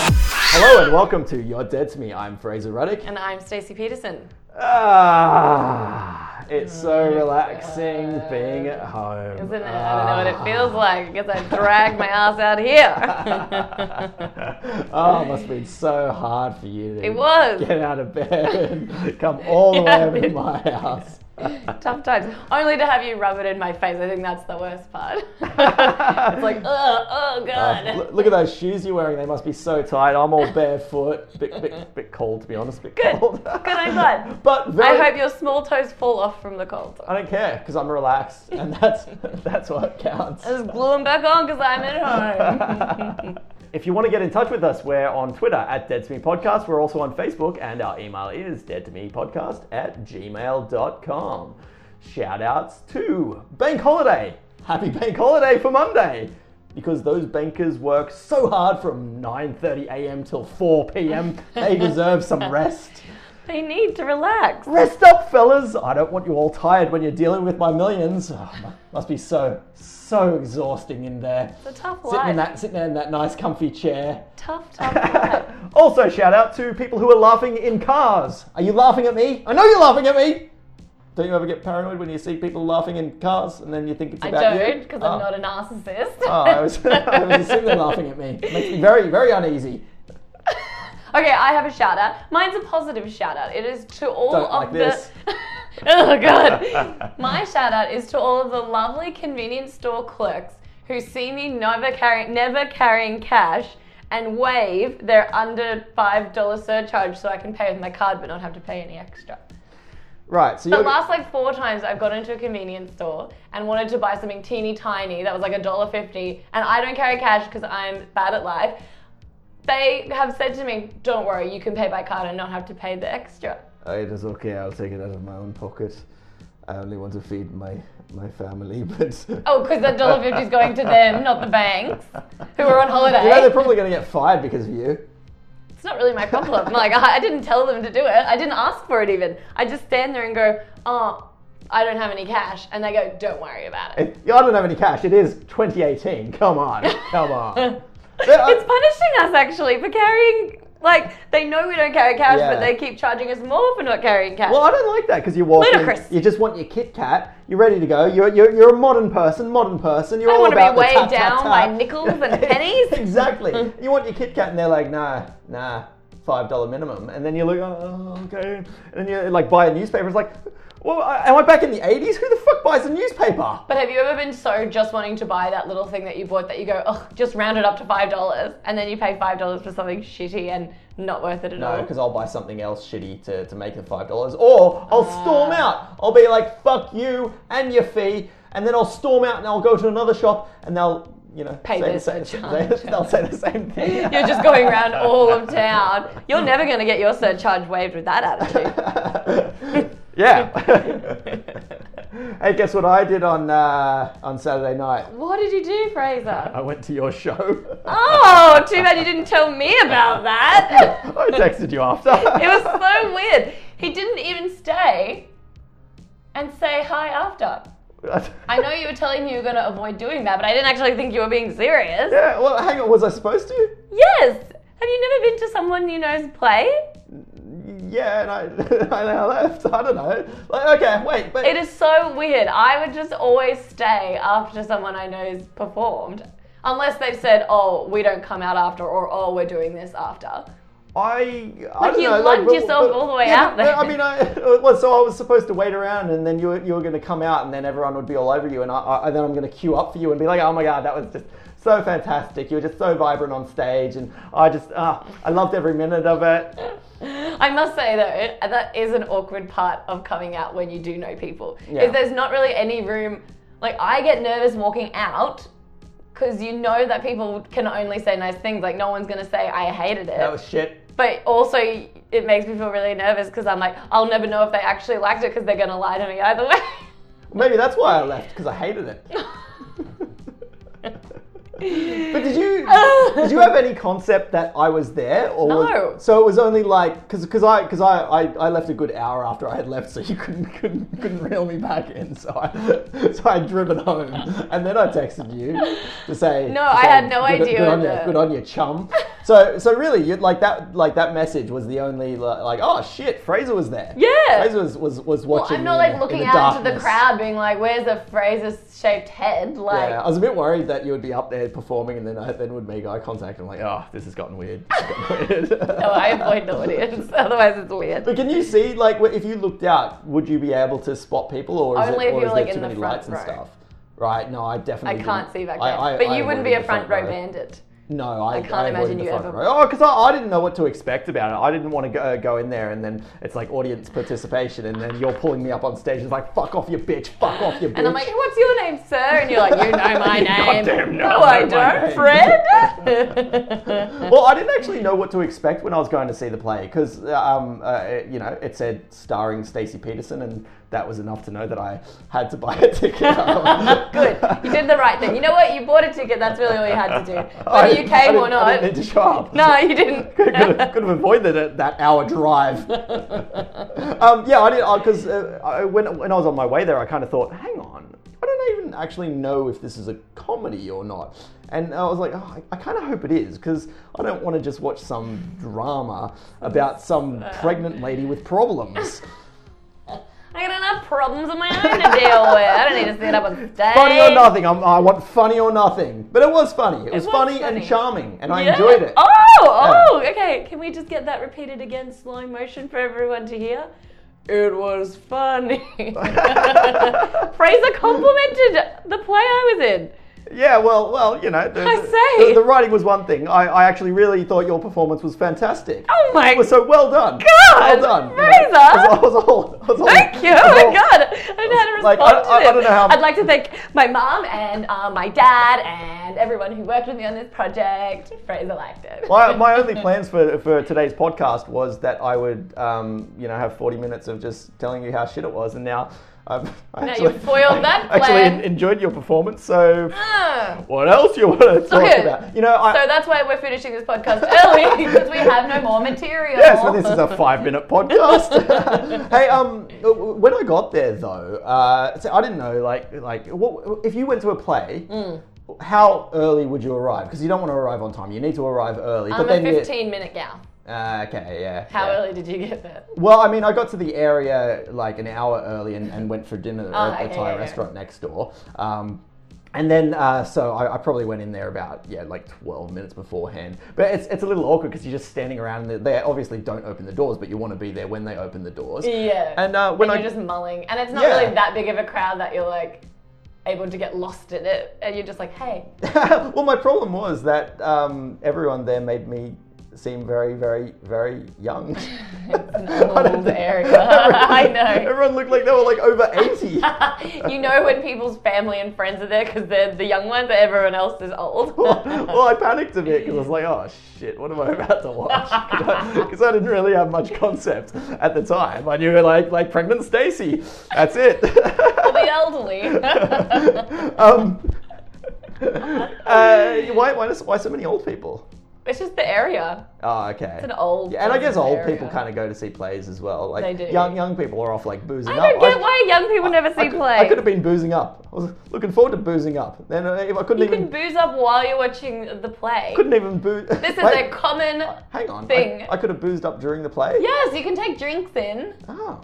Hello and welcome to You're Dead to Me. I'm Fraser Ruddick. And I'm Stacey Peterson. Ah, it's so relaxing being at home. Oh Isn't it? I Ah. don't know what it feels like. I guess I dragged my ass out here. Ah. oh, it must have been so hard for you to It was. get out of bed and come all the Yeah, way over to it- my house. Tough times. Only to have you rub it in my face. I think that's the worst part. it's like, oh, oh, God. Uh, look, look at those shoes you're wearing. They must be so tight. I'm all barefoot. Bit, bit, bit cold, to be honest. Bit Good. cold. Good, I'm glad. But very, I hope your small toes fall off from the cold. I don't care because I'm relaxed, and that's that's what counts. I just glue them back on because I'm at home. if you want to get in touch with us, we're on Twitter at Dead to Me Podcast. We're also on Facebook, and our email is dead to me podcast at gmail.com. Shout outs to Bank Holiday. Happy Bank Holiday for Monday. Because those bankers work so hard from 9:30 a.m. till 4 p.m. They deserve some rest. they need to relax. Rest up, fellas. I don't want you all tired when you're dealing with my millions. Oh, mu- must be so, so exhausting in there. It's a tough Sitting in life. that, sitting there in that nice, comfy chair. Tough, tough life. also, shout out to people who are laughing in cars. Are you laughing at me? I know you're laughing at me. Don't you ever get paranoid when you see people laughing in cars and then you think it's I about you? don't because Oh. I'm not a narcissist. Oh, I was, I was sitting there laughing at me. It makes me very, very uneasy. Okay, I have a shout out. Mine's a positive shout out. It is to all Don't of like the. this. oh god. My shout out is to all of the lovely convenience store clerks who see me never carrying never carrying cash and waive their under five dollar surcharge so I can pay with my card but not have to pay any extra. Right, so The you're. last like four times I've gone into a convenience store and wanted to buy something teeny tiny that was like a dollar fifty, and I don't carry cash because I'm bad at life. They have said to me, "Don't worry, you can pay by card and not have to pay the extra." It is okay. I'll take it out of my own pocket. I only want to feed my my family, but Oh, because that dollar fifty is going to them, not the banks, who are on holiday. you know they're probably going to get fired because of you. it's not really my problem. Like I, I didn't tell them to do it. I didn't ask for it even. I just stand there and go, "Oh, I don't have any cash," and they go, "Don't worry about it." If- I don't have any cash. It is 2018. Come on, come on. But I- it's punishing us actually for carrying. Like they know we don't carry cash, Yeah. but they keep charging us more for not carrying cash. Well, I don't like that because you walk in, Ludicrous. you just want your Kit Kat, you're ready to go. You're, you're, you're a modern person, modern person. You're I don't all wanna be about the tap, weighed tap, down tap. by nickels and pennies. Mm. exactly. you want your Kit Kat, and they're like, nah, nah, five dollar minimum. And then you look, oh, okay. And then you like buy a newspaper. It's like, well, I- am I back in the 80s? Who the fuck buys a newspaper? but have you ever been so just wanting to buy that little thing that you bought that you go, oh, just round it up to five dollars, and then you pay five dollars for something shitty and not worth it at No, all? because I'll buy something else shitty to, to make the five dollars, or I'll Ah. storm out. I'll be like, "Fuck you and your fee," and then I'll storm out and I'll go to another shop and they'll, you know, Pay say, this say, surcharge. say- they'll say the same thing. You're just going around all of town. You're never going to get your surcharge waived with that attitude. yeah. hey, guess what I did on uh, on Saturday night? What did you do, Fraser? I went to your show. Oh, too bad you didn't tell me about that. I texted you after. It was so weird. He didn't even stay and say hi after. I know you were telling me you were going to avoid doing that, but I didn't actually think you were being serious. Yeah, well, hang on. Was I supposed to? Yes! Have you never been to someone you know's play? Yeah, and I, I now left. I don't know. Like, okay, wait, but It is so weird. I would just always stay after someone I know's performed. Unless they've said, oh, we don't come out after, or oh, we're doing this after. I, I don't you know, lugged yourself all the way yeah, out but- there. I mean, I it was so I was supposed to wait around, and then you were, you were going to come out, and then everyone would be all over you, and I, I and then I'm going to queue up for you and be like, oh my god, that was just so fantastic. You were just so vibrant on stage, and I just ah, I loved every minute of it. I must say though, it, that is an awkward part of coming out when you do know people. Yeah. Is there's not really any room. Like I get nervous walking out because you know that people can only say nice things. Like no one's gonna say I hated it. That was shit. but also it makes me feel really nervous because I'm like I'll never know if they actually liked it because they're gonna lie to me either way. Maybe that's why I left because I hated it. But did you did you have any concept that I was there or was- No. so it was only like because because I because I, I I left a good hour after I had left so you couldn't couldn't couldn't reel me back in so I so I had driven home and then I texted you to say No, to I say, had no good, idea good on, the- you, good on you chum So, so really, you like that? Like that message was the only li- like, oh shit, Fraser was there. Yeah. Fraser was was, was Well, watching. I'm not in like the- looking in the out into the darkness. crowd being like, where's a Fraser shaped head? Like, yeah, I was a bit worried that you would be up there performing, and then I then would make eye contact. and I'm like, oh, this has gotten weird. This has gotten weird. no, I avoid the audience. Otherwise, it's weird. But can you see, like, wh- if you looked out, would you be able to spot people, or is Only it, if or you is were, there like, too in the many front lights and row. stuff? Right. No, I I definitely. can't didn't- see back I- then. I- but I you wouldn't avoided be a the front row bandit. No, I, I can't avoided imagine the you front ever- row. Oh, because I, I didn't know what to expect about it. I didn't want to go, go in there, and then it's like audience participation, and then you're pulling me up on stage. It's like, fuck off, you bitch. Fuck off, you bitch. And I'm like, what's your name, sir? And you're like, you know my You name. goddamn know no, I I know my don't, name." Fred. well, I didn't actually know what to expect when I was going to see the play because, um, uh, it- you know, it said starring Stacey Peterson, and that was enough to know that I had to buy a ticket. Good. You did the right thing. You know what? You bought a ticket. That's really all you had to do. I Whether you didn't- I came didn't- or not. I didn't need to show up. No, you didn't. could, could, have, could have avoided it, that hour drive. um, yeah, I did because uh, I- when when I was on my way there, I kind of thought, hang on, I don't even actually know if this is a comedy or not. And I was like, oh, I, I kind of hope it is because I don't want to just watch some drama about some pregnant lady with problems. I got enough problems of my own to deal with. I don't need to sit up on stage. funny or nothing, I'm, I want funny or nothing. But it was funny. It was, was funny, and funny. charming, and I Yeah. enjoyed it. Oh, oh, okay. Can we just get that repeated again, slow motion, for everyone to hear? It was funny. Fraser complimented the play I was in. Yeah, well, well, you know, the, I the- say. The, the writing was one thing. I, I actually really thought your performance was fantastic. Oh my Well, so well done. well God, done. you know. Fraser. I was, I was all, I was all- Thank you. I Oh was all- my god. I don't know how to respond Like, I- I- I to this. don't know how- I'd like to thank my mom and uh, my dad and everyone who worked with me on this project. Fraser liked it. My, my only plans for, for today's podcast was that I would, um, you know, have 40 minutes of just telling you how shit it was, and now I've I Now actually, you've foiled that I actually plan. en- enjoyed your performance, so Ah. what else you want to talk Okay. about? You know, I, So that's why we're finishing this podcast early because we have no more material. Yes, but this is a five-minute podcast. hey, um, when I got there though, uh, so I didn't know like like what, if you went to a play, Mm. how early would you arrive? Because you don't want to arrive on time. You need to arrive early. I'm but then a you- 15 minute gal. Uh, okay, yeah. How yeah. early did you get there? Well, I mean, I got to the area like an hour early and, and went for dinner Oh, at the okay, Thai yeah, yeah. restaurant next door. Um, and then, uh, so I, I probably went in there about yeah, like twelve minutes beforehand. But it's, it's a little awkward because you're just standing around. And they obviously don't open the doors, but you want to be there when they open the doors. Yeah. And uh, when you're I just mulling, and it's not Yeah. really that big of a crowd that you're like able to get lost in it, and you're just like, hey, well, my problem was that um, everyone there made me seem very, very, very young. normal I don't think- area. Oh, I know. Everyone looked like they were like over eighty. you know when people's family and friends are there because they're the young ones, but everyone else is old. well, well, I panicked a bit because I was like, oh shit, what am I about to watch? Because I, didn't really have much concept at the time. I knew like like pregnant Stacy. That's it. the elderly. um, uh, why, why, does, why so many old people? it's just the area. Oh, okay. It's an old Yeah, and I guess person's old area. people kind of go to see plays as well. Like They do. young young people are off like boozing I up. don't get why young people never I see could, play. I could have been boozing up. I was looking forward to boozing up. Then uh, I couldn't You even can booze up while you're watching the play. couldn't even booze. This is a common. Hang on. I- thing. I, could have boozed up during the play? Yes, you can take drinks in. Oh.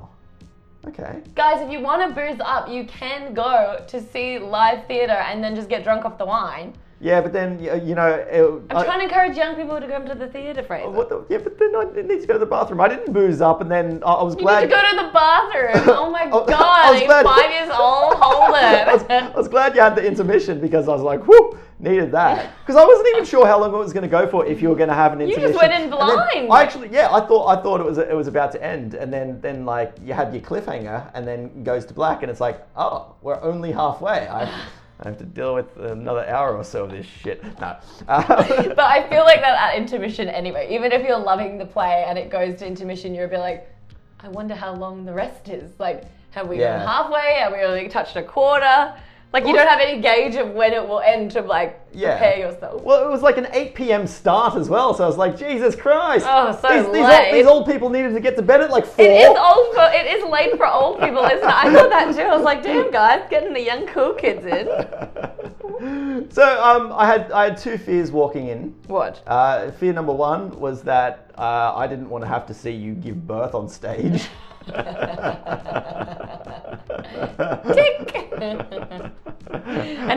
Okay. Guys, if you want to booze up, you can go to see live theatre and then just get drunk off the wine. Yeah, but then, y- uh, you know. It, I'm trying to encourage young people to come to the theatre, Fraser. What the, yeah, but then I didn't need to go to the bathroom. I didn't booze up, and then I, I was you glad. need to go to the bathroom. Oh Oh, my I- I god, was you're glad- five years old. Hold I was, it. I was glad you had the intermission because I was like, whoo, needed that. Because I wasn't even sure how long it was going to go for if you were going to have an just intermission. went in And then blind. I actually, yeah, I thought I thought it was it was about to end, and then then like you had your cliffhanger, and then goes to black, and it's like, oh, we're only halfway. I, I have to deal with another hour or so of this shit. No. Uh, But I feel like that at intermission anyway. Even if you're loving the play and it goes to intermission, you're a bit like, I wonder how long the rest is. Like, have we Yeah. gone halfway? Have we only touched a quarter? Like you don't have any gauge of when it will end to like Yeah. prepare yourself. Well, it was like an 8 p.m. start as well, so I was like, Jesus Christ! Oh, so these, these late. Old, these old people needed to get to bed at like four. It is old for it is late for old people, isn't it? I thought that too. I was like, damn guys, getting the young cool kids in. so um, I had I had two fears walking in. What? Uh, fear number one was that uh, I didn't want to have to see you give birth on stage. Tick. And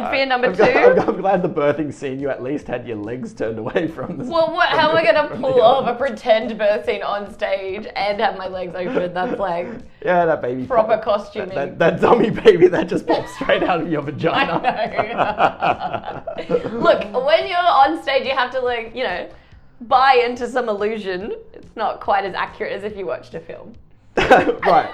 fear number I'm glad- I'm, two? I'm glad the birthing scene. You at least had your legs turned away from the. Well, what, how am I gonna from pull the- off a pretend birth scene on stage and have my legs open? That's like Yeah, that baby. proper popped- costuming. That, that dummy baby that just popped straight out of your I vagina. know. Look, when you're on stage, you have to like, you know, buy into some illusion. It's not quite as accurate as if you watched a film. right.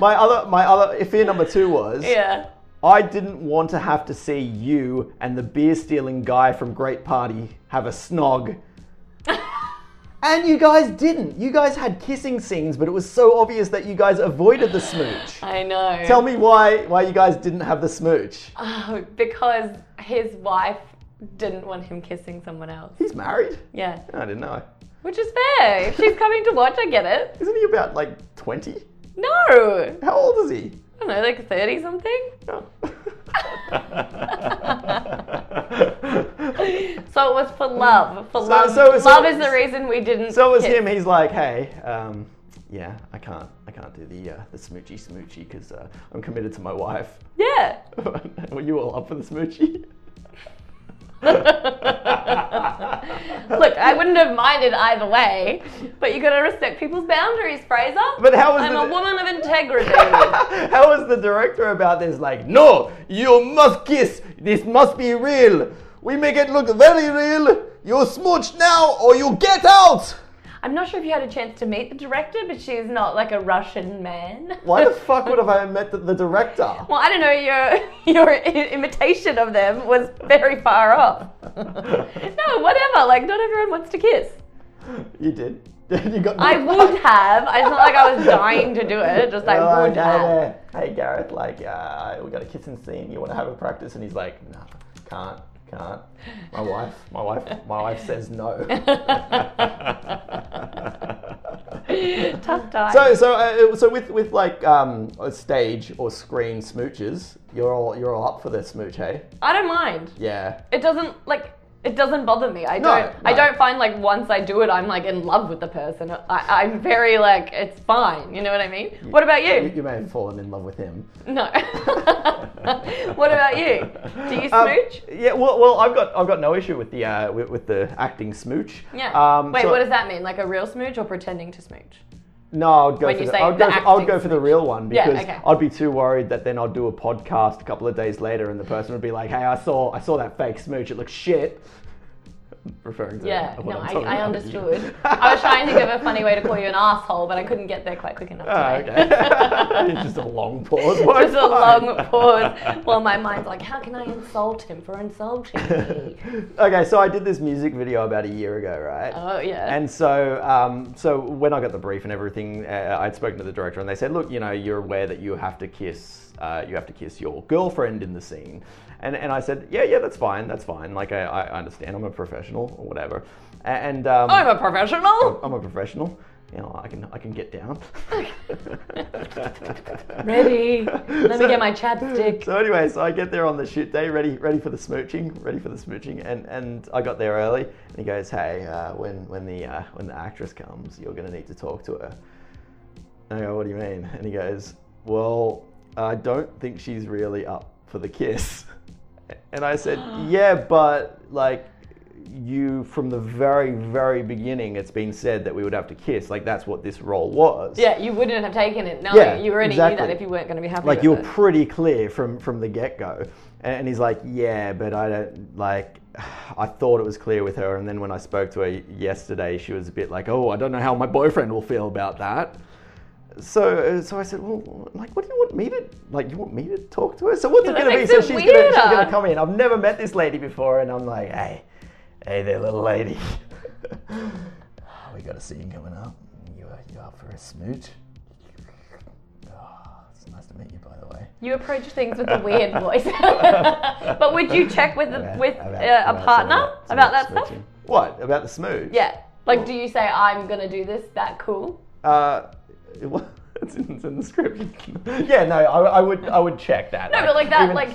My other, my other fear number two was Yeah. I didn't want to have to see you and the beer stealing guy from Great Party have a snog. and you guys didn't. You guys had kissing scenes, but it was so obvious that you guys avoided the smooch. I know. Tell me why why you guys didn't have the smooch. Oh, because his wife didn't want him kissing someone else. He's married. Yeah. I didn't know. Which is fair. If she's coming to watch, I get it. Isn't he about like 20? No. I How old is he? don't know, like 30 something? Oh. So it was for love. For love. so- so- love is the reason we didn't. so it was kiss. him. He's like, hey, um, yeah, I can't, I can't do the uh, the smoochy smoochy because uh, I'm committed to my wife. Yeah. Were you all up for the smoochy? Look, I wouldn't have minded either way, but you gotta respect people's boundaries, Fraser. But how was I'm the- a woman of integrity. How was the director about this? Like, no, you must kiss. This must be real. We make it look very real. You smooch now or you get out. I'm not sure if you had a chance to meet the director, but she's not like a Russian man. Why the fuck would have I met the, the director? Well, I don't know. Your your i- imitation of them was very far off. no, whatever. Like, not everyone wants to kiss. You did. you got. I would have. It's not like I was dying to do it. Just I Oh, would no, have. no. Hey Gareth, like uh, we got a kissing scene. You want to have a practice? And he's like, no, can't, can't. My wife, my wife, my wife says no. Tough time. So, so, uh, it- so with with like um, a stage or screen smooches, you're all you're all up for the smooch, hey? I don't mind. Yeah. It doesn't like. It doesn't bother me. I No, don't. I no. don't find like once I do it, I'm like in love with the person. I, I'm very like it's fine. You know what I mean? What about You, you? you may have fallen in love with him. No. what about you? Do you Um, smooch? yeah, well, well, I've got I've got no issue with the uh, with, with the acting smooch. Yeah. Um, Wait, so- what does that mean? Like a real smooch or pretending to smooch? No, I would go When for you the, say I would the go, for, I would acting go for the real one Yeah, because okay. I'd be too worried that then I'd do a podcast a couple of days later and the person would be like, "Hey, I saw I saw that fake smooch. It looks shit." Referring to Yeah, what no, I'm I, talking I about. understood. I was trying to give a funny way to call you an asshole, but I couldn't get there quite quick enough. Oh, today. okay. Just a long pause. Just a long pause while my mind's like, how can I insult him for insulting me? Okay, so I did this music video about a year ago, right? Oh, yeah. And so, um, so when I got the brief and everything, uh, I'd spoken to the director, and they said, "Look, you know, you're aware that you have to kiss, uh, you have to kiss your girlfriend in the scene," and and I said, "Yeah, yeah, that's fine, that's fine. Like, I, I understand. I'm a professional, or whatever." A- And um, I'm a professional. I'm a professional. You know, I can I can get down. Ready? Let me get my chapstick. So anyway, so I get there on the shoot day, ready, ready for the smooching, ready for the smooching, and, and I got there early. And he goes, "Hey, uh, when when the uh, when the actress comes, you're gonna need to talk to her." And I go, "What do you mean?" And he goes, "Well, I don't think she's really up for the kiss." And I said, "Yeah, but like." You from the very, very beginning, it's been said that we would have to kiss. Like that's what this role was. Yeah, you wouldn't have taken it. No, Yeah, you already knew exactly. that if you weren't going to be happy like with you were it. pretty clear from from the get go. And he's like, yeah, but I don't like. I thought it was clear with her, and then when I spoke to her yesterday, she was a bit like, oh, I don't know how my boyfriend will feel about that. So, uh, so I said, well, like, what do you want me to like? You want me to talk to her? So what's Yeah, it that going to be? makes So it she's gonna, she's weirder. gonna come in. I've never met this lady before, and I'm like, hey, hey there, little lady. we got a scene coming up. You you up for a smooch? Oh, It's nice to meet you, by the way. You approach things with a weird voice. but would you check with the, About- with about- uh, about some a partner of about some that of stuff? smooching. What about the smooch? Yeah. Like, do you say I'm gonna do this? That cool? Uh, it wa- it's, in, it's in the script. yeah, no, I, I would I would check that. No, but like that, even- like,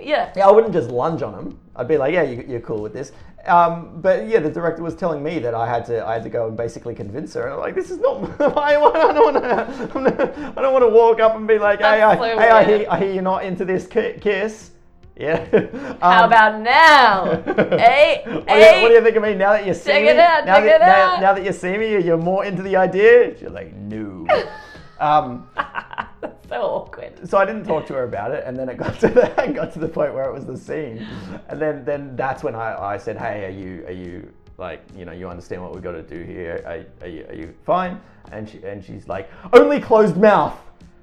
yeah. Yeah, I wouldn't just lunge on him. I'd be like, yeah, you, you're cool with this. Um, but yeah, the director was telling me that I had to, I had to go and basically convince her. And I'm like, this is not, I, I don't want to, I'm not- I don't want to walk up and be like, hey, I, That's so hey, I weird. hear, I hear you're not into this ki- kiss. Yeah. How Um, about now? hey, what, do you, hey. what do you think of me now that you see Check me? it out, now, check that, it now, out. now that you see me, you're more into the idea. She's like, no. um, That's so awkward. so I didn't talk to her about it, and then it got to the it got to the point where it was the scene, and then then that's when I, I said, hey, are you are you like you know you understand what we've got to do here? Are, are you are you fine? And she and she's like, only closed mouth.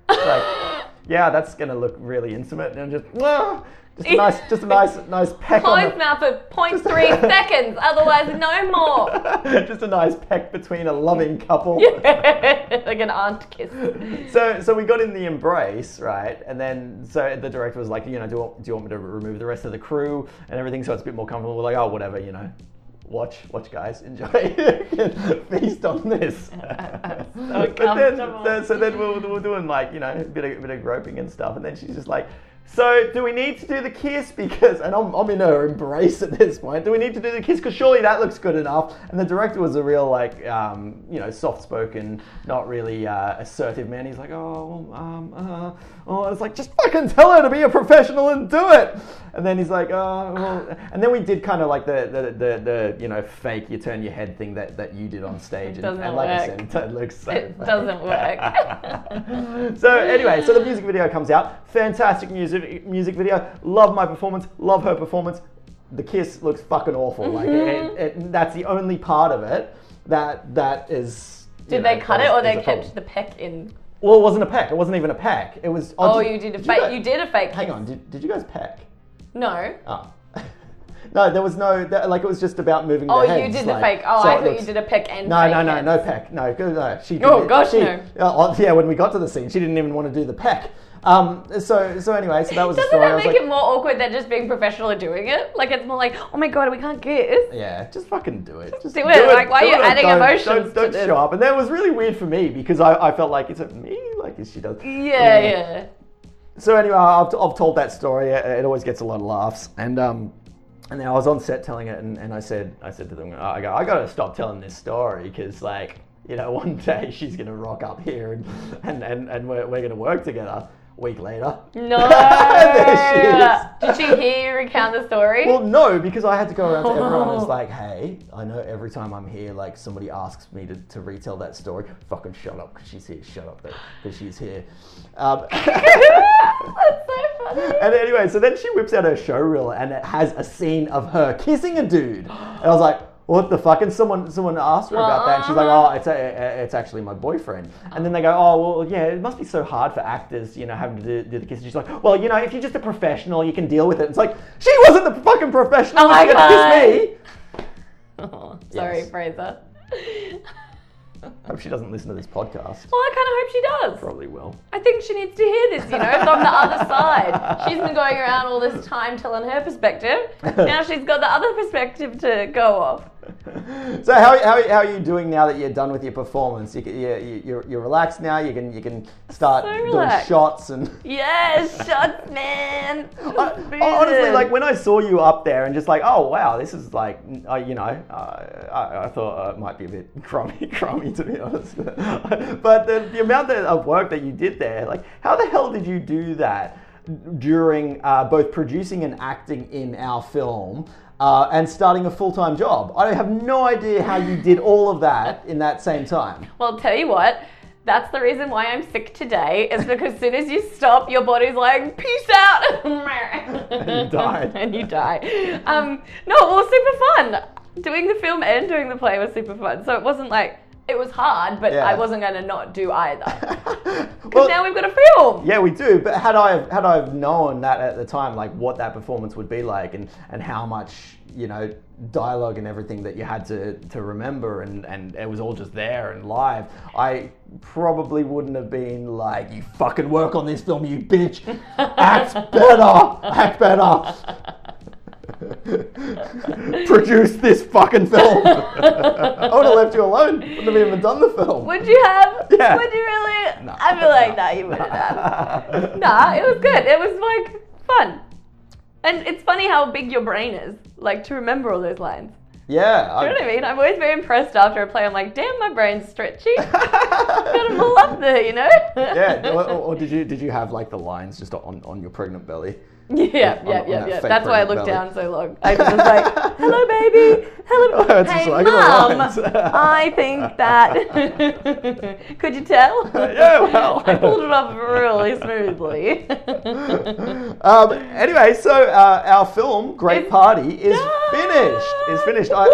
It's like, yeah, that's gonna look really intimate, and I'm just well, just a nice just a nice nice peck on Closed the, mouth for 0.3 seconds, otherwise no more. just a nice peck between a loving couple. like an aunt kiss. So, so we got in the embrace, right? And then, so the director was like, you know, do you, want, do you want me to remove the rest of the crew and everything so it's a bit more comfortable? We're like, oh, whatever, you know. Watch, watch, guys, enjoy, feast on this. but then, comfortable. then- so then we we're, we we're doing like you know a bit of, bit of groping and stuff, and then she's just like, "So do we need to do the kiss? Because and I'm, I'm in her embrace at this point. Do we need to do the kiss? Because surely that looks good enough." And the director was a real like um, you know soft spoken, not really uh, assertive man. He's like, "Oh, um, uh, oh," I was like, "Just fucking tell her to be a professional and do it." And then he's like, "Oh," well. and then we did kind of like the, the the the you know fake you turn your head thing that that you did on stage, and, Doesn't and like I work. said, it don't look so It fake. doesn't work. so anyway, so the music video comes out. Fantastic music music video. Love my performance. Love her performance. The kiss looks fucking awful. Like Mm-hmm. it, it, that's the only part of it that that is. you Did know, they cut is- it or is they a kept problem. the peck in? Well, it wasn't a peck. It wasn't even a peck. It was. Oh, you did a fake. guys- You did a fake. Hang kiss. on. Did, did you guys peck? No. Oh. No, there was no that, like it was just about moving. Oh, their heads, you did the like, fake. Oh, so I it thought looks- you did a peck and No, fake no, no, it. no peck. No, go- no. She. Oh, didn't- e- gosh, she- no. oh, yeah, when we got to the scene, she didn't even want to do the peck. Um. So, so anyway, so that was the Doesn't story. I that was make like, it more awkward than just being professional and doing it? Like it's more like, oh my god, we can't kiss. yeah, just fucking do it. Just do it. Like, why are do you or adding don't, emotions Don't, to don't this? show up. And that was really weird for me because I, I felt like is it me? Like is she does? Yeah, yeah. So anyway, I've, I've told that story. It it always gets a lot of laughs. And um, and then I was on set telling it, and, and I said I said to them, "Oh, I go, I gotta stop telling this story because like you know one day she's gonna rock up here and and and, and we're, we're gonna work together. A week later, No. There she Did is. she hear you recount the story? Well, no, because I had to go around to everyone and was Oh. like, hey, I know every time I'm here, like somebody asks me to, to retell that story. Fucking shut up, because she's here. Shut up, because she's here. Um, That's so funny. And anyway, so then she whips out her showreel and it has a scene of her kissing a dude. And I was like, what the fuck? And someone someone asked her about that, and she's like, Wow. "Oh, it's a, a- it's actually my boyfriend." And then they go, "Oh, well, yeah, it must be so hard for actors, you know, having to do, do the kiss." And she's like, "Well, you know, if you're just a professional, you can deal with it." It's like she wasn't the fucking professional. Oh when she my had to God. kiss me. Oh, sorry, Yes. Fraser. I hope she doesn't listen to this podcast. Well, I kind of hope she does. Probably will. I think she needs to hear this, you know, from the other side. She's been going around all this time telling her perspective. Now she's got the other perspective to go off. So how, how, how are you doing now that you're done with your performance? You, can- you, you, you're, you're relaxed now. You can you can start So doing relaxed. shots and. Yes, shut man. I- I- honestly, like when I saw you up there and just like, oh wow, this is like, uh, you know, uh, I, I thought uh, it might be a bit crummy, crummy to be honest. but the, the amount that, of work that you did there, like, how the hell did you do that during uh, both producing and acting in our film? Uh, and starting a full-time job. I have no idea how you did all of that in that same time. Well, tell you what, that's the reason why I'm sick today, is because as soon as you stop, your body's like, peace out. and you died. and you die. Um, no, it was super fun. Doing the film and doing the play was super fun. So it wasn't like, it was hard, but Yeah. I wasn't going to not do either. Well- Because now we've got a film. Yeah, we do. But had I had I have known that at the time, like what that performance would be like, and and how much you know dialogue and everything that you had to to remember and and it was all just there and live i probably wouldn't have been like you fucking work on this film you bitch act better act better produce this fucking film i would have left you alone wouldn't have even done the film Would you have? Yeah. Would you really? Nah. I feel like, nah, you wouldn't have. Nah, it was good. It was like fun. And it's funny how big your brain is, like to remember all those lines. yeah Do you know what I mean? I'm always very impressed after a play. I'm like, damn, my brain's stretchy. Got them all up there, you know? yeah, or, or- or did you did you have like the lines just on, on your pregnant belly? Yeah, on- yeah, on yeah, that yeah. fake That's why I pregnant belly. looked down so long. I was just like, "Hello, baby. Hello, Oh, it's just hey, like the mom. lines. I think that. Could you tell? Yeah, well. I pulled it off really smoothly. Um, anyway, so uh, our film Great It's Party is done! finished. It's finished. I,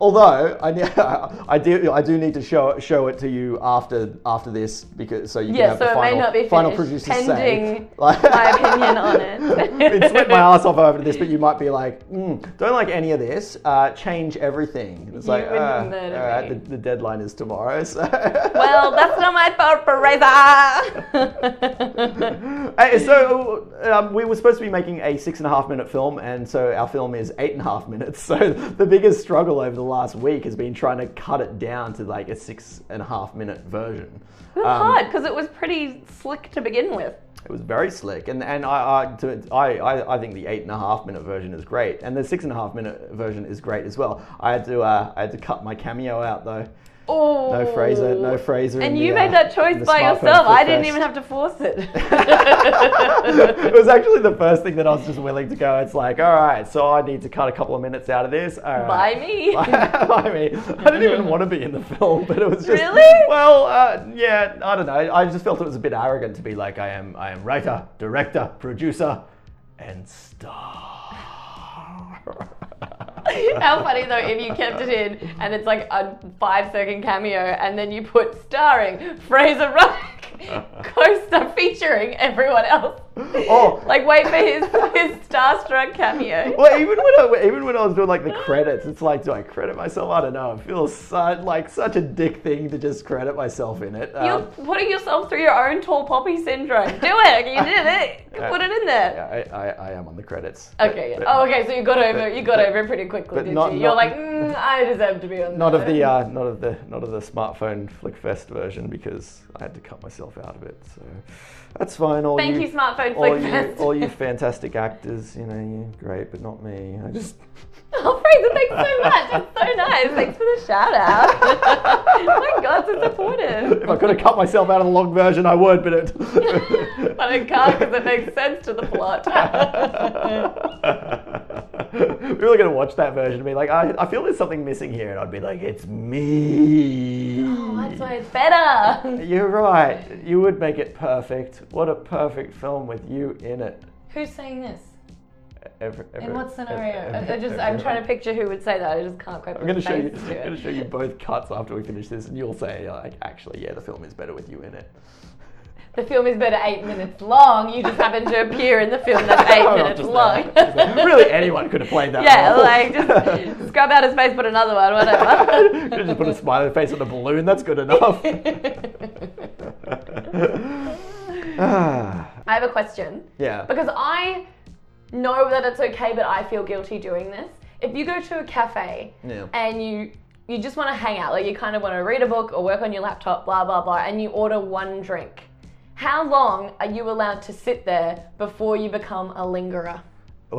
although I, ne- I do I do need to show show it to you after after this because so you can Yeah, have so the it may final not be final finished, producer's say. pending my opinion on it. it slipped my ass off over to this, but you might be like, mm, don't like any of this. Uh, change everything. It's You like would uh, murder all right, me. the, the deadline is tomorrow. So. well, that's not my fault, forever. Uh, so um, we were supposed to be making a six and a half minute film, and so our film is eight and a half minutes. So the biggest struggle over the last week has been trying to cut it down to like a six and a half minute version. It was Um, hard because it was pretty slick to begin with. It was very slick, and and I I, to, I I I think the eight and a half minute version is great, and the six and a half minute version is great as well. I had to uh, I had to cut my cameo out though. Oh, No Fraser, no Fraser. in And the, you uh, made that in choice the by Smartphone yourself. I didn't Fest. even have to force it. it was actually the first thing that I was just willing to go. It's like, all right, so I need to cut a couple of minutes out of this. All By right. me. I mean, I didn't even want to be in the film, but it was just Really? well, uh, yeah, I don't know. I just felt it was a bit arrogant to be like, I am, I am writer, director, producer, and star. How funny though if you kept it in and it's like a five second cameo and then you put starring Fraser Ruddock, co-star featuring everyone else. Oh. like wait for his his starstruck cameo. Well, even when I, even when I was doing like the credits, it's like, do I credit myself? I don't know. It feels so, like such a dick thing to just credit myself in it. You're Um, putting yourself through your own tall poppy syndrome. Do it. You did it. Put it in there. yeah, I, I, I am on the credits. but- Okay. yeah. but oh, okay. So you got over. but- you got but- over it pretty quickly, but did not- you? not- You're like, mm, I deserve to be on. Not of there." the uh, not of the not of the smartphone Flickfest version because I had to cut myself out of it. So that's fine. All Thank you, smartphone all flick you, fest. all you fantastic actors. You know, you're great, but not me. I just Oh, Fraser, thanks so much. It's so nice. Thanks for the shout out. oh my God, so if supportive. I could have cut myself out of the long version, I would, but it. But I can't because it makes sense to the plot. People are going to watch that version and be like, I, I feel there's something missing here. And I'd be like, it's me. Oh, that's why it's better. You're right. You would make it perfect. What a perfect film with you in it. Who's saying this? Every, every, In what scenario? every- I, I just, every- I'm trying to picture who would say that. I just can't quite. I'm going to show you. put I'm face going to it. show you both cuts after we finish this, and you'll say, like, actually, yeah, the film is better with you in it. The film is better eight minutes long. You just happen to appear in the film that's eight Not minutes just long. that. really, anyone could have played that. Yeah, role. like just scrub out his face, put another one, whatever. Could've just put a smiley face on a balloon. That's good enough. Ah, I have a question. yeah. Because I know that it's okay, but I feel guilty doing this. If you go to a cafe Yeah. and you you just want to hang out, like you kind of want to read a book or work on your laptop, blah blah blah, and you order one drink, how long are you allowed to sit there before you become a lingerer?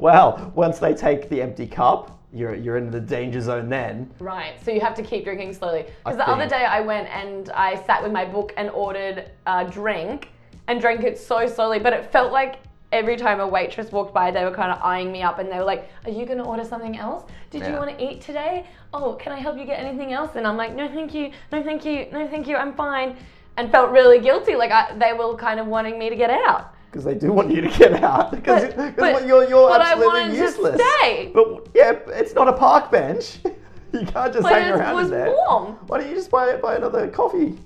well, once they take the empty cup, you're you're in the danger zone then. Right, so you have to keep drinking slowly. I Because the other think- day I went and I sat with my book and ordered a drink and drank it so slowly, but it felt like every time a waitress walked by, they were kind of eyeing me up and they were like, Are you going to order something else? Did you Yeah. want to eat today? Oh, can I help you get anything else? And I'm like, No, thank you. No, thank you. No, thank you. I'm fine. And felt really guilty. Like I, they were kind of wanting me to get out. Because they do want you to get out. Because because But- but- what- you're, you're but I absolutely wanted to useless. stay. But yeah, it's not a park bench. You can't just But hang it around was in there. warm. Why don't you just buy buy another coffee?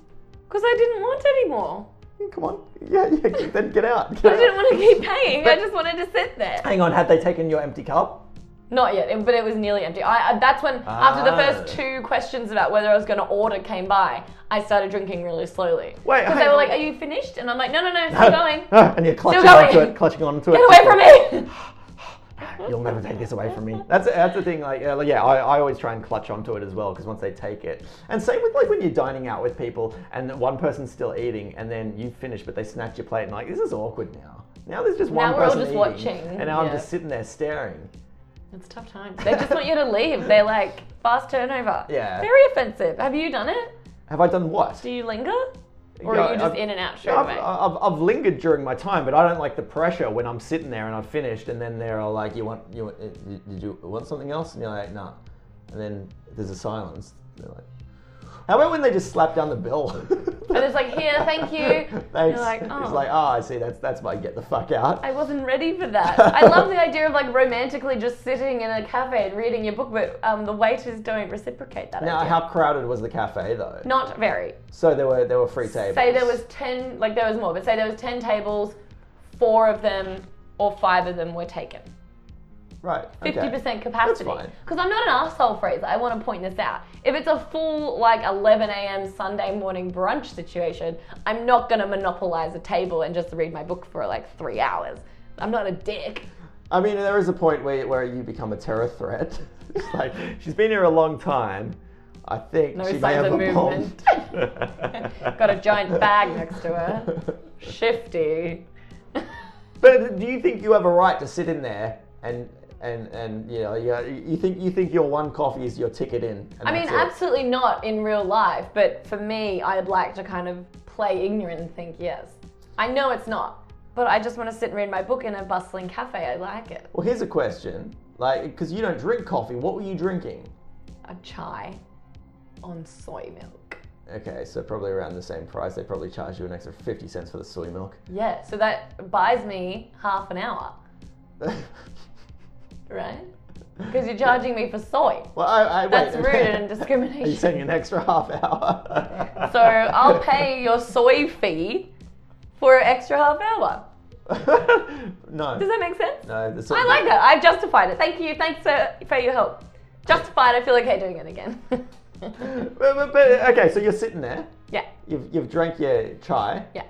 Because I didn't want any more. Yeah, Come on. Yeah, yeah. Then get out. I didn't want to keep paying. I But- just wanted to sit there. Hang on. Had they taken your empty cup? Not yet, it- but it was nearly empty. I, I that's when after the Ah. first two questions about whether I was going to order came by, I started drinking really slowly. Wait, because hang they were on. like, "Are you finished?" And I'm like, "No, no, no, still going. and you're clutching going. onto it, clutching onto it. Get away from me!" You'll never take this away from me. That's that's the thing. Like uh, yeah, I, I always try and clutch onto it as well because once they take it, and same with like when you're dining out with people and one person's still eating and then you finish, but they snatch your plate and like this is awkward now. Now there's just one Now we're all person just eating, watching, and now I'm yeah. just sitting there staring. It's tough times. They just want you to leave. They're like fast turnover. Yeah. Very offensive. Have you done it? Have I done what? Do you linger, or are you just in and out straight I've, away? I've, I've lingered during my time, but I don't like the pressure when I'm sitting there and I've finished, and then they're all like, "You want you want, uh, you- did you want something else?" And you're like, "No," and then there's a silence. They're like, "How about when they just slap down the bill?" and it's like, here, thank you. Thanks. You're like, It's "Oh." like, "Oh, I see. That's that's my get the fuck out." I wasn't ready for that. I love the idea of like romantically just sitting in a cafe and reading your book, but um, the waiters don't reciprocate that. now, idea. how crowded was the cafe though? Not very. So there were there were free tables. Say there was ten, like there was more, but say there was ten tables, four of them or five of them were taken. right okay. Fifty percent capacity. fine. Because I'm not an asshole, Fraser. I want to point this out. If it's a full like 11 a.m. Sunday morning brunch situation, I'm not gonna monopolize a table and just read my book for like three hours. I'm not a dick. I mean, there is a point where, where you become a terror threat. it's like, she's been here a long time. I think No she may signs have of a bomb. Got a giant bag next to her. Shifty. But do you think you have a right to sit in there and and and you know you, you think you think your one coffee is your ticket in? And I mean, that's absolutely not in real life, but for me, I'd like to kind of play ignorant and think yes. I know it's not, but I just want to sit and read my book in a bustling cafe. I like it. it. Well, here's a question. Like, because you don't drink coffee, what were you drinking? A chai on soy milk. Okay, so probably around the same price. They probably charge you an extra fifty cents for the soy milk. Yeah, so that buys me half an hour, right? Because you're charging me for soy. well, I, I, wait. That's rude and Are you discrimination. saying an extra half hour? So I'll pay your soy fee for an extra half hour. no. Does that make sense? No, the soy I like that. I've justified it. Thank you. Thanks for, for your help. Justified. I feel okay doing it again. But, but, but, okay, so you're sitting there. yeah, You've, you've drank your chai, yeah,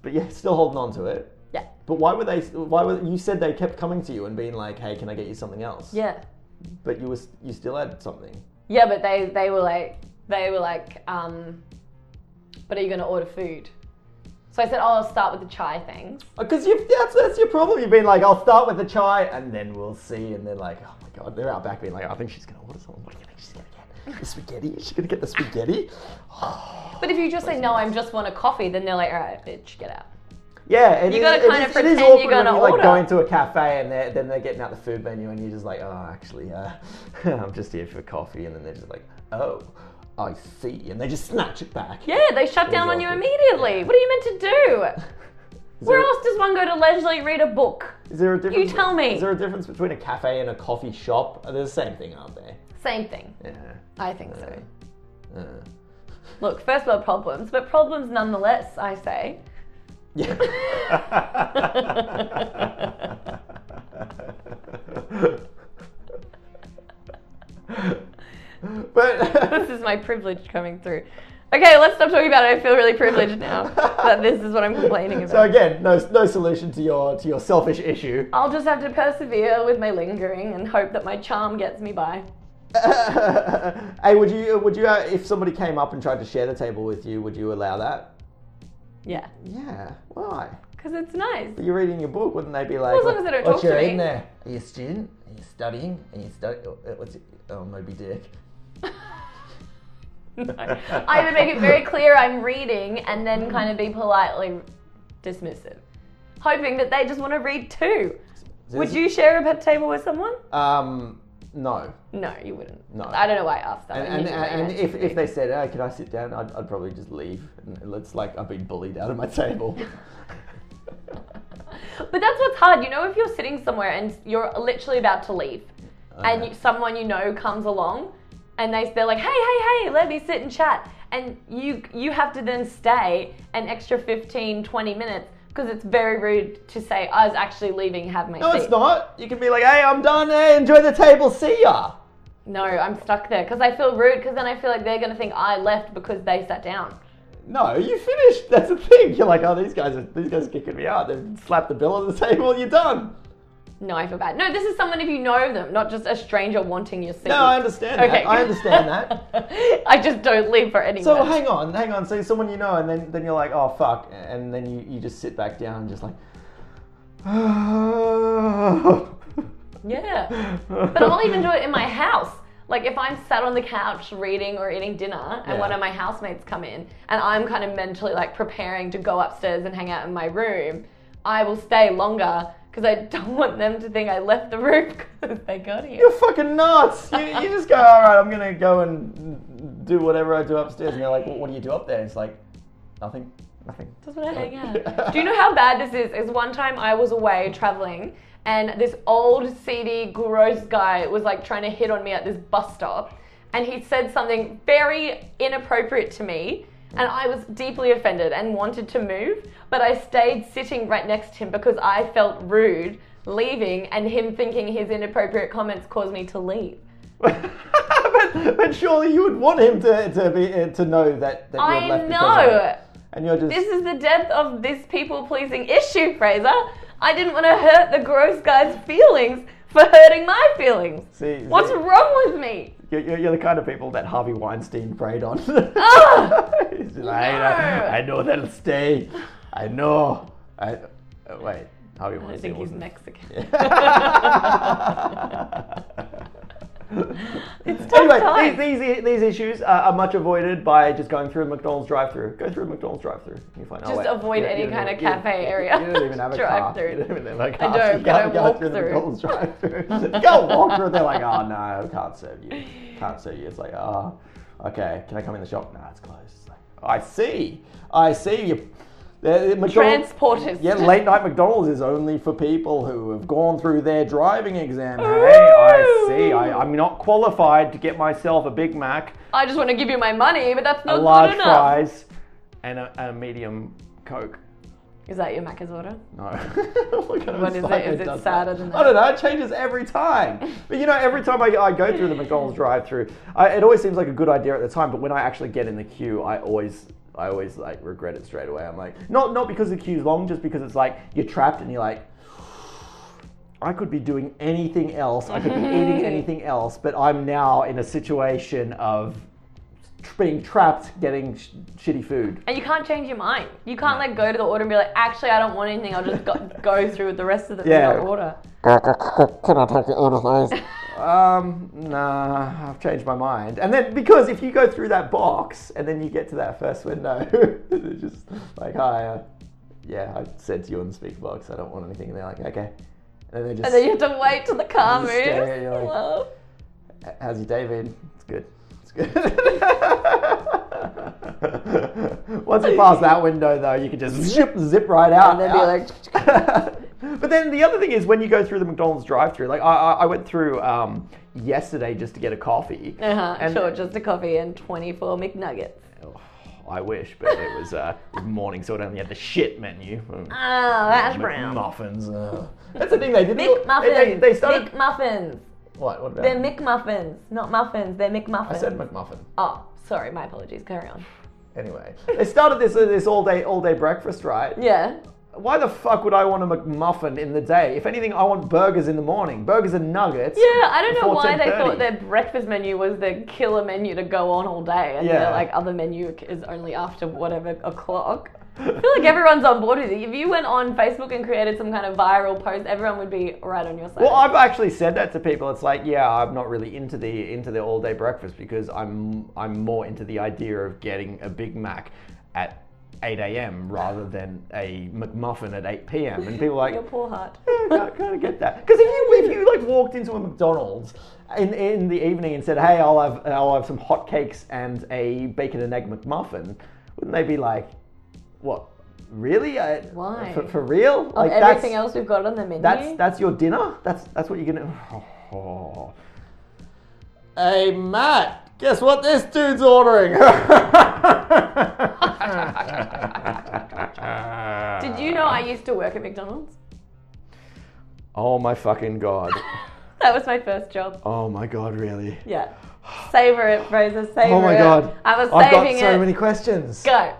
but you're still holding on to it. yeah, But why were they? Why were you said they kept coming to you and being like, "Hey, can I get you something else?" yeah, But you was you still had something. yeah. But they they were like they were like, um, but are you going to order food? So I said, oh, I'll start with the chai things. Because you Oh, that's that's your problem. You've been like, "I'll start with the chai, and then we'll see." And they're like, "Oh my god!" They're out back being like, "I think she's gonna order something. What do you think she's gonna get? The spaghetti? Is she gonna get the spaghetti?" But if you just say no, I just want a coffee, then they're like, all right, bitch, get out. Yeah, and You it, gotta kinda it, is- it is pretend you're awkward when gonna you like order. go into a cafe and they're, then they're getting out the food menu and you're just like, oh, actually, uh, I'm just here for coffee, and then they're just like, oh, I see, and they just snatch it back. Yeah, they shut down on you awkward. immediately. What are you meant to do? Is Where there- else does one go to leisurely read a book? Is there a difference? tell me. Is there a difference between a cafe and a coffee shop? They're the same thing, aren't they? Same thing. Yeah. I think so. Uh, Look, first world problems, but problems nonetheless, I say. yeah. but This is my privilege coming through. Okay, let's stop talking about it. I feel really privileged now that this is what I'm complaining So about. again, no no solution to your to your selfish issue. I'll just have to persevere with my lingering and hope that my charm gets me by. hey, would you would you uh, if somebody came up and tried to share the table with you, would you allow that? Yeah, Yeah. Why? because it's nice. But you're reading your book, wouldn't they be like? as long as they don't what's talk to your me." in there? Are you a student? Are you studying? Are you study? What's it? Oh, Moby Dick. I would make it very clear I'm reading and then kind of be politely dismissive, hoping that they just want to read too. Would you share a pet table with someone? Um, no. No, you wouldn't. No. I don't know why I asked that. I And, and, usually and don't. if, if they said, oh, can I sit down? I'd, I'd probably just leave. And it's like I've been bullied out of my table. But that's what's hard, you know, if you're sitting somewhere and you're literally about to leave, and you, someone you know comes along, and they they're like, hey, hey, hey, let me sit and chat, and you you have to then stay an extra 15, 20 minutes because it's very rude to say I was actually leaving. Have my No, seat. it's not. You can be like, hey, I'm done. Hey, enjoy the table. See ya. No, I'm stuck there because I feel rude because then I feel like they're gonna think I left because they sat down. No, you finished. That's the thing. You're like, oh, these guys are these guys are kicking me out. They've slapped the bill on the table. You're done. No, I feel bad. No, this is someone if you know them, not just a stranger wanting your seat. No, I understand that. I understand that. I just don't leave for anyone. So hang on, hang on. So someone you know, and then then you're like, oh fuck, and then you, you just sit back down and just like. yeah. But I'll even do it in my house. Like if I'm sat on the couch reading or eating dinner and Yeah. one of my housemates come in and I'm kind of mentally like preparing to go upstairs and hang out in my room, I will stay longer because I don't want them to think I left the room because they got here. You're fucking nuts. You, you just go, all right, I'm gonna go and do whatever I do upstairs. And you're like, what, what do you do up there? It's like, nothing, nothing. Just want to hang Uh, out. Do you know how bad this is? Is one time I was away traveling and this old seedy gross guy was like trying to hit on me at this bus stop and he said something very inappropriate to me and I was deeply offended and wanted to move, but I stayed sitting right next to him because I felt rude leaving and him thinking his inappropriate comments caused me to leave. but, but surely you would want him to to be uh, to know that. that you're I left because of know. it. And you're just. This is the depth of this people pleasing issue, Fraser. I didn't want to hurt the gross guy's feelings for hurting my feelings. See, What's see, wrong with me? You're, you're, you're the kind of people that Harvey Weinstein preyed on. Ah! He's like, I, I know that'll stay. I know. I uh, wait. Harvey I Weinstein think he's wasn't. Mexican. it's tough anyway, times. These, these these issues are, are much avoided by just going through a McDonald's drive-through. Go through a McDonald's drive-through. You find out. Just avoid any kind of cafe area. You, don't even have a Drive-through. car. You don't even have a car. don't, you but I can't go walk through the through. McDonald's drive-through. go walk through. They're like, oh no, we can't serve you. Can't serve you. It's like, oh, okay. Can I come in the shop? No, it's closed. It's like, I see. I see. You. The, the McDonald's- Transporters. yeah, late night McDonald's is only for people who have gone through their driving exam. Hey, I see. I, I'm not qualified to get myself a Big Mac, I just want to give you my money, but that's a not large good enough. fries, and a, and a medium Coke. Is that your Macca's order? No. what kind of What is it? psycho Is it does sadder than I don't know. It changes every time. But you know, every time I, I go through the McDonald's drive-through, I, it always seems like a good idea at the time. But when I actually get in the queue, I always, I always like regret it straight away. I'm like, not not because the queue's long, just because it's like you're trapped and you're like. I could be doing anything else. I could be eating anything else, but I'm now in a situation of tr- being trapped, getting sh- shitty food. And you can't change your mind. You can't like go to the order and be like, actually, I don't want anything. I'll just go, go through with the rest of the Yeah. the order. Uh, Can I take it on a face? Um, nah, I've changed my mind. And then because if you go through that box and then you get to that first window, it's just like, hi, uh, yeah, I said to you on the speaker box, I don't want anything. And they're like, okay. And then they And just, then you have to wait till the car Just moves. stare at you like- Love. how's your day been? It's good. It's good. Once you pass that window, though, you can just zip, zip right out. And they'd be out. like, but then the other thing is when you go through the McDonald's drive-through, like I, I, I went through um, yesterday just to get a coffee. Uh-huh, And- sure, just a coffee and 24 McNuggets. Oh, I wish, but it was uh, morning, so it only had the shit menu. Mm. Ah, that's Mc- brown. Muffins. uh. That's the thing they did. They- McMuffins. They, they started. McMuffins. What? What about? They're McMuffins, not muffins. They're McMuffins. I said McMuffin. oh, sorry, my apologies. Carry on. Anyway, they started this uh, this all day all day breakfast, right? Yeah. Why the fuck would I want a McMuffin in the day? If anything, I want burgers in the morning. Burgers and nuggets. Yeah, I don't before know why they 10:30. thought their breakfast menu was the killer menu to go on all day, and Yeah. their like other menu is only after whatever o'clock. I feel like everyone's on board with it. If you went on Facebook and created some kind of viral post, everyone would be right on your side. Well, I've actually said that to people. It's like, yeah, I'm not really into the into the all day breakfast because I'm I'm more into the idea of getting a Big Mac at 8 a.m. rather than a McMuffin at 8 p.m. And people are Your like, poor heart. yeah, Hmm, I kind of get that. Because if you if you like walked into a McDonald's in in the evening and said, hey, I'll have I'll have some hotcakes and a bacon and egg McMuffin, wouldn't they be like, what? Really? I, Why? For, for real? Of Like everything else we've got on the menu. that's that's your dinner. That's that's what you're gonna. Oh. Hey Matt, guess what this dude's ordering? Did you know I I used to work at McDonald's. Oh my fucking god. That was my first job. Oh my god, really. Yeah. Savor it, Fraser. Savor it. Oh my god. I was I've got saving so it. many questions. Go.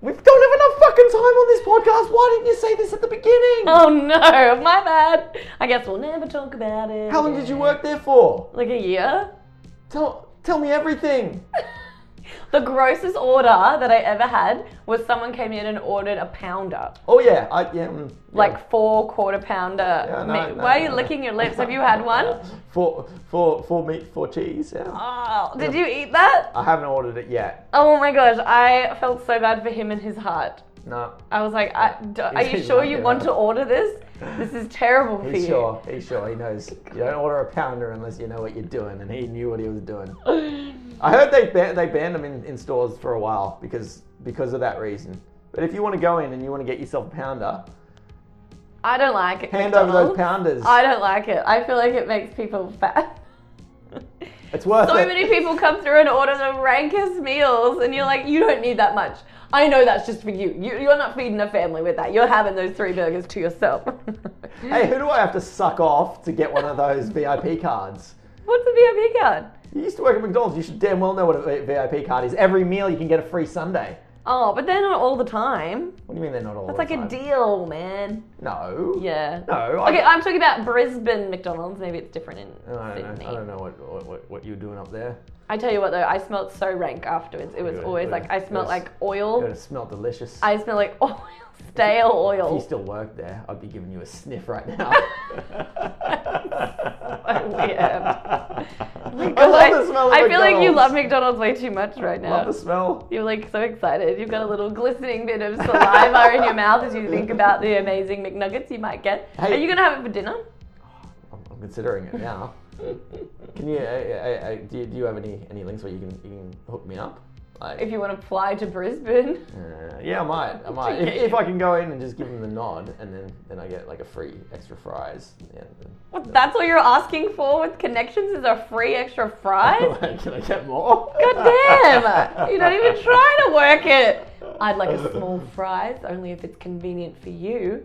We don't have enough fucking time on this podcast. Why didn't you say this at the beginning? Oh no, my bad. I guess we'll never talk about it. How long did you work there for? Like a year. Tell tell me everything. The grossest order that I ever had was someone came in and ordered a pounder, Oh yeah, I yeah. mm, yeah. like four quarter pounder. Yeah, no, meat. no, Why are you no, no. licking your lips? Have you had one? for for for meat for cheese. Yeah. Oh, did you eat that? I haven't ordered it yet. Oh my gosh, I felt so bad for him and his heart. No. I was like, I, d- are you He's sure like, you yeah. want to order this? This is terrible for He's you. sure. He's sure. He knows. You don't order a pounder unless you know what you're doing, and he knew what he was doing. I heard they ban- they banned them in, in stores for a while because because of that reason. But if you want to go in and you want to get yourself a pounder, I don't like it. hand over those McDonald's. pounders. Uh-huh. I don't like it. I feel like it makes people fat. it's worth so it. many people come through and order the rankest meals, and you're like, you don't need that much. I know that's just for you. you you're not feeding a family with that. You're having those three burgers to yourself. Hey, who do I have to suck off to get one of those VIP cards? What's a VIP card? You used to work at McDonald's. You should damn well know what a V- VIP card is. Every meal you can get a free Sunday. Oh, but they're not all the time. What do you mean they're not all? That's the like a time? deal, man. No. Yeah. No. I- Okay, uh, I'm talking about Brisbane McDonald's. Maybe it's different in I don't Sydney. know. I don't know what, what- what, what you were doing up there. I tell you what though, I smelled so rank afterwards. It was Good, always good. like I smelled Yes. like It would oil. have smelled delicious. I smelled like oil, stale if you oil. still worked there, I'd be giving you a sniff right now. Because I love the smell of Oh I feel like you McDonald's. love McDonald's way too much right Love now. the smell. You're like so excited. You've got a little glistening bit of saliva in your mouth as you think about the amazing McNuggets you might get. Hey. Are you gonna have it for dinner? I'm, I'm considering it now. Can you? uh, I, I, I, do, you do you have any any links where you can you can hook me up? Like, If you want to fly to Brisbane. Uh, yeah, I might. I might. If, if I can go in and just give them the nod, and then, then I get like a free extra fries. Yeah, What, That's all you're asking for with connections is a free extra fry? can I get more? God damn! You're not even trying to work it. I'd like a small fries, only if it's convenient for you.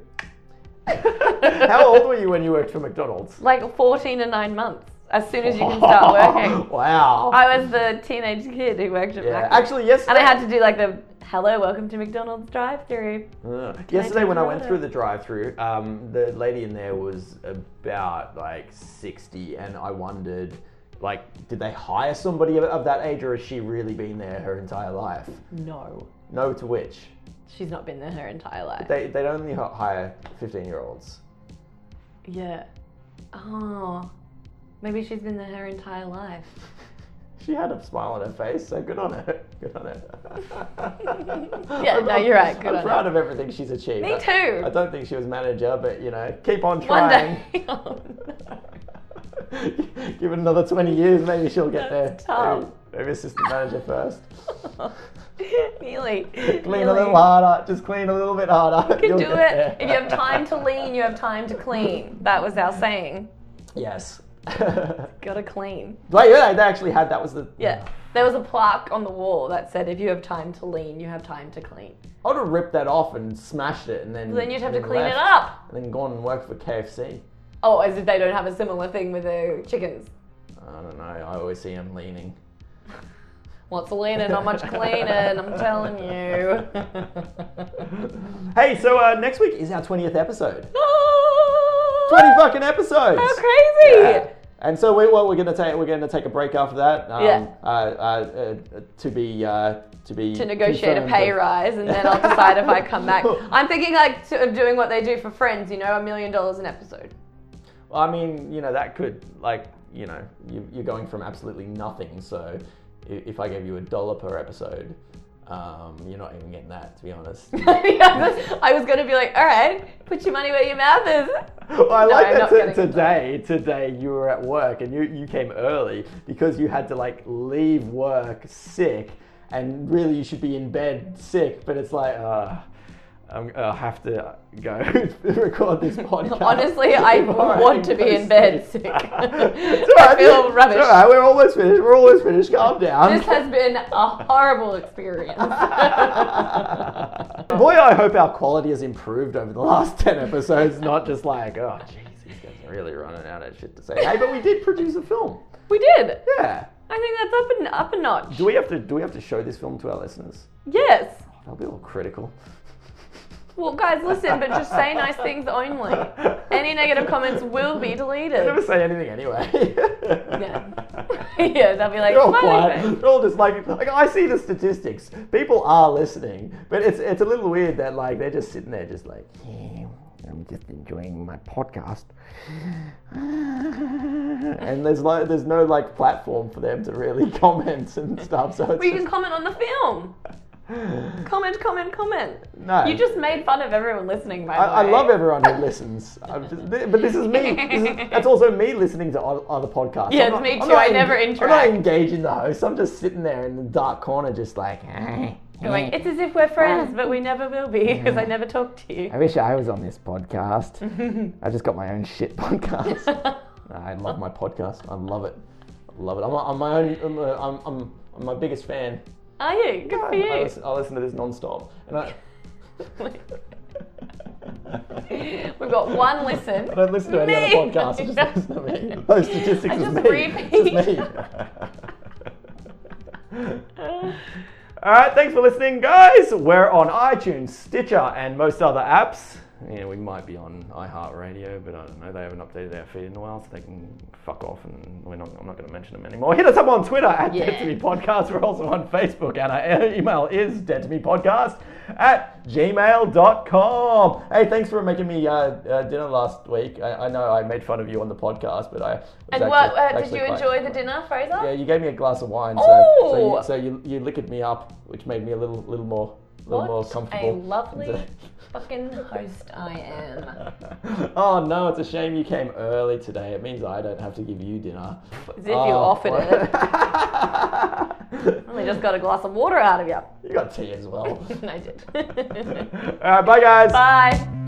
How old were you when you worked for McDonald's? Like 14 to 9 months, as soon as you can start working. wow. I was the teenage kid who worked at yeah. Macca's. Actually, yesterday. And I had to do like the hello, welcome to McDonald's drive through. Uh, yesterday, take when I went your order? through the drive-through, um, the lady in there was about like sixty, and I wondered, like, did they hire somebody of, of that age, or has she really been there her entire life? No, No to which. she's not been there her entire life. They they only h- hire fifteen-year-olds. Yeah. Oh, maybe she's been there her entire life. She had a smile on her face, so good on her. Good on her. Yeah, I'm- no, you're right, good I'm on her. proud of everything she's achieved. Me I- too. I don't think she was manager, but you know, keep on One trying. day. Oh, no. Give it another 20 years, maybe she'll get That's there. tough. Maybe, maybe assistant manager first. Nearly. Clean a little harder, just clean a little bit harder. You can do it. If you have time to lean, you have time to clean. That was our saying. Yes. Wait, Gotta clean. yeah, they actually had that was the Yeah. There was a plaque on the wall that said, if you have time to lean, you have time to clean. I would have ripped that off and smashed it and then Then you'd have to and clean it left, up. And then gone and worked for KFC. Oh, as if they don't have a similar thing with the chickens. I don't know. I always see him leaning. Lots of leaning, not much cleaning, I'm telling you. hey, so uh, next week is our 20th episode. Oh, 20 fucking episodes. How crazy! Yeah. Uh, And so we, well, we're gonna take we're gonna take a break after that. Um, Yeah. Uh, uh, uh, to be uh, to be to negotiate a confirmed pay of- rise and then I'll decide if I come back. I'm thinking like to, of doing what they do for friends, you know, a million dollars an episode. Well, I mean, you know, that could like you know you, you're going from absolutely nothing. So i- if I gave you a dollar per episode, um, you're not even getting that to be honest. I was going to be like, all right, put your money where your mouth is. Well, I No, like I'm that not t- getting it. today. Today you were at work and you, you came early because you had to like leave work sick, and really you should be in bed sick. But it's like, uh, uh, I'm, I'll have to go record this podcast. Honestly, I before want to be go in bed sleep. sick. It's I alright, feel it's rubbish. alright, we're almost finished. We're almost finished. Calm down. This has been a horrible experience. Boy, I hope our quality has improved over the last 10 episodes, not just like, oh, jeez, these guys are really running out of shit to say. Hey, but we did produce a film. we did. Yeah. I think that's up and up a notch. Do we have to do we have to show this film to our listeners? yes. That'll be a little critical. Well, guys, listen, but just say nice things only. Any negative comments will be They never deleted. say anything anyway. Yeah. yeah, they'll be like, They're all "Smiley quiet. face." They're all just like, like I see the statistics. People are listening, but it's it's a little weird that like they're just sitting there, just like, yeah, I'm just enjoying my podcast, and there's like there's no like platform for them to really comment and stuff. So it's We can just- comment on the film. Comment, comment, comment. no. You just made fun of everyone listening, by the I, I way. love everyone who listens. I'm just, th- but this is me. This is, that's also me listening to o- other podcasts. Yeah, I'm it's me I'm too. I en- never I'm interact. not engaging the host. I'm just sitting there in the dark corner, just like. "Eh, You're eh." like, it's as if we're friends, but we never will be because I never talk to you. I wish I was on this podcast. I just got my own shit podcast. I love my podcast. I love it. I love it. I'm, I'm my own. I'm, uh, I'm, I'm, I'm my biggest fan. Are you? Good for I you. listen, I listen to this non-stop. And I, We've got one listen. I don't listen to any Me. other podcasts. I just listen to me. Those statistics I is just me. repeat. It's just me. All right, thanks for listening, guys. We're on iTunes, Stitcher, and most other apps. Yeah, we might be on iHeartRadio, but I don't know. They haven't updated our feed in a while, so they can fuck off, and we're not. I'm not going to mention them anymore. Hit us up on Twitter at Yeah. Dead to Me Podcast. We're also on Facebook, and our e- email is Dead to Me Podcast at gmail.com. Hey, thanks for making me uh, uh, dinner last week. I, I know I made fun of you on the podcast, but I was And actually- what, uh, did actually you quite- enjoy the dinner, Fraser? yeah, you gave me a glass of wine, so, so, Oh! you, so you, you liquored me up, which made me a little little more little what more comfortable. a lovely fucking host I am. oh no, it's a shame you came early today. It means I don't have to give you dinner. Oh, As if you offered it. it. Only just got a glass of water out of you. you got tea as well. I did. All right, bye guys. Bye.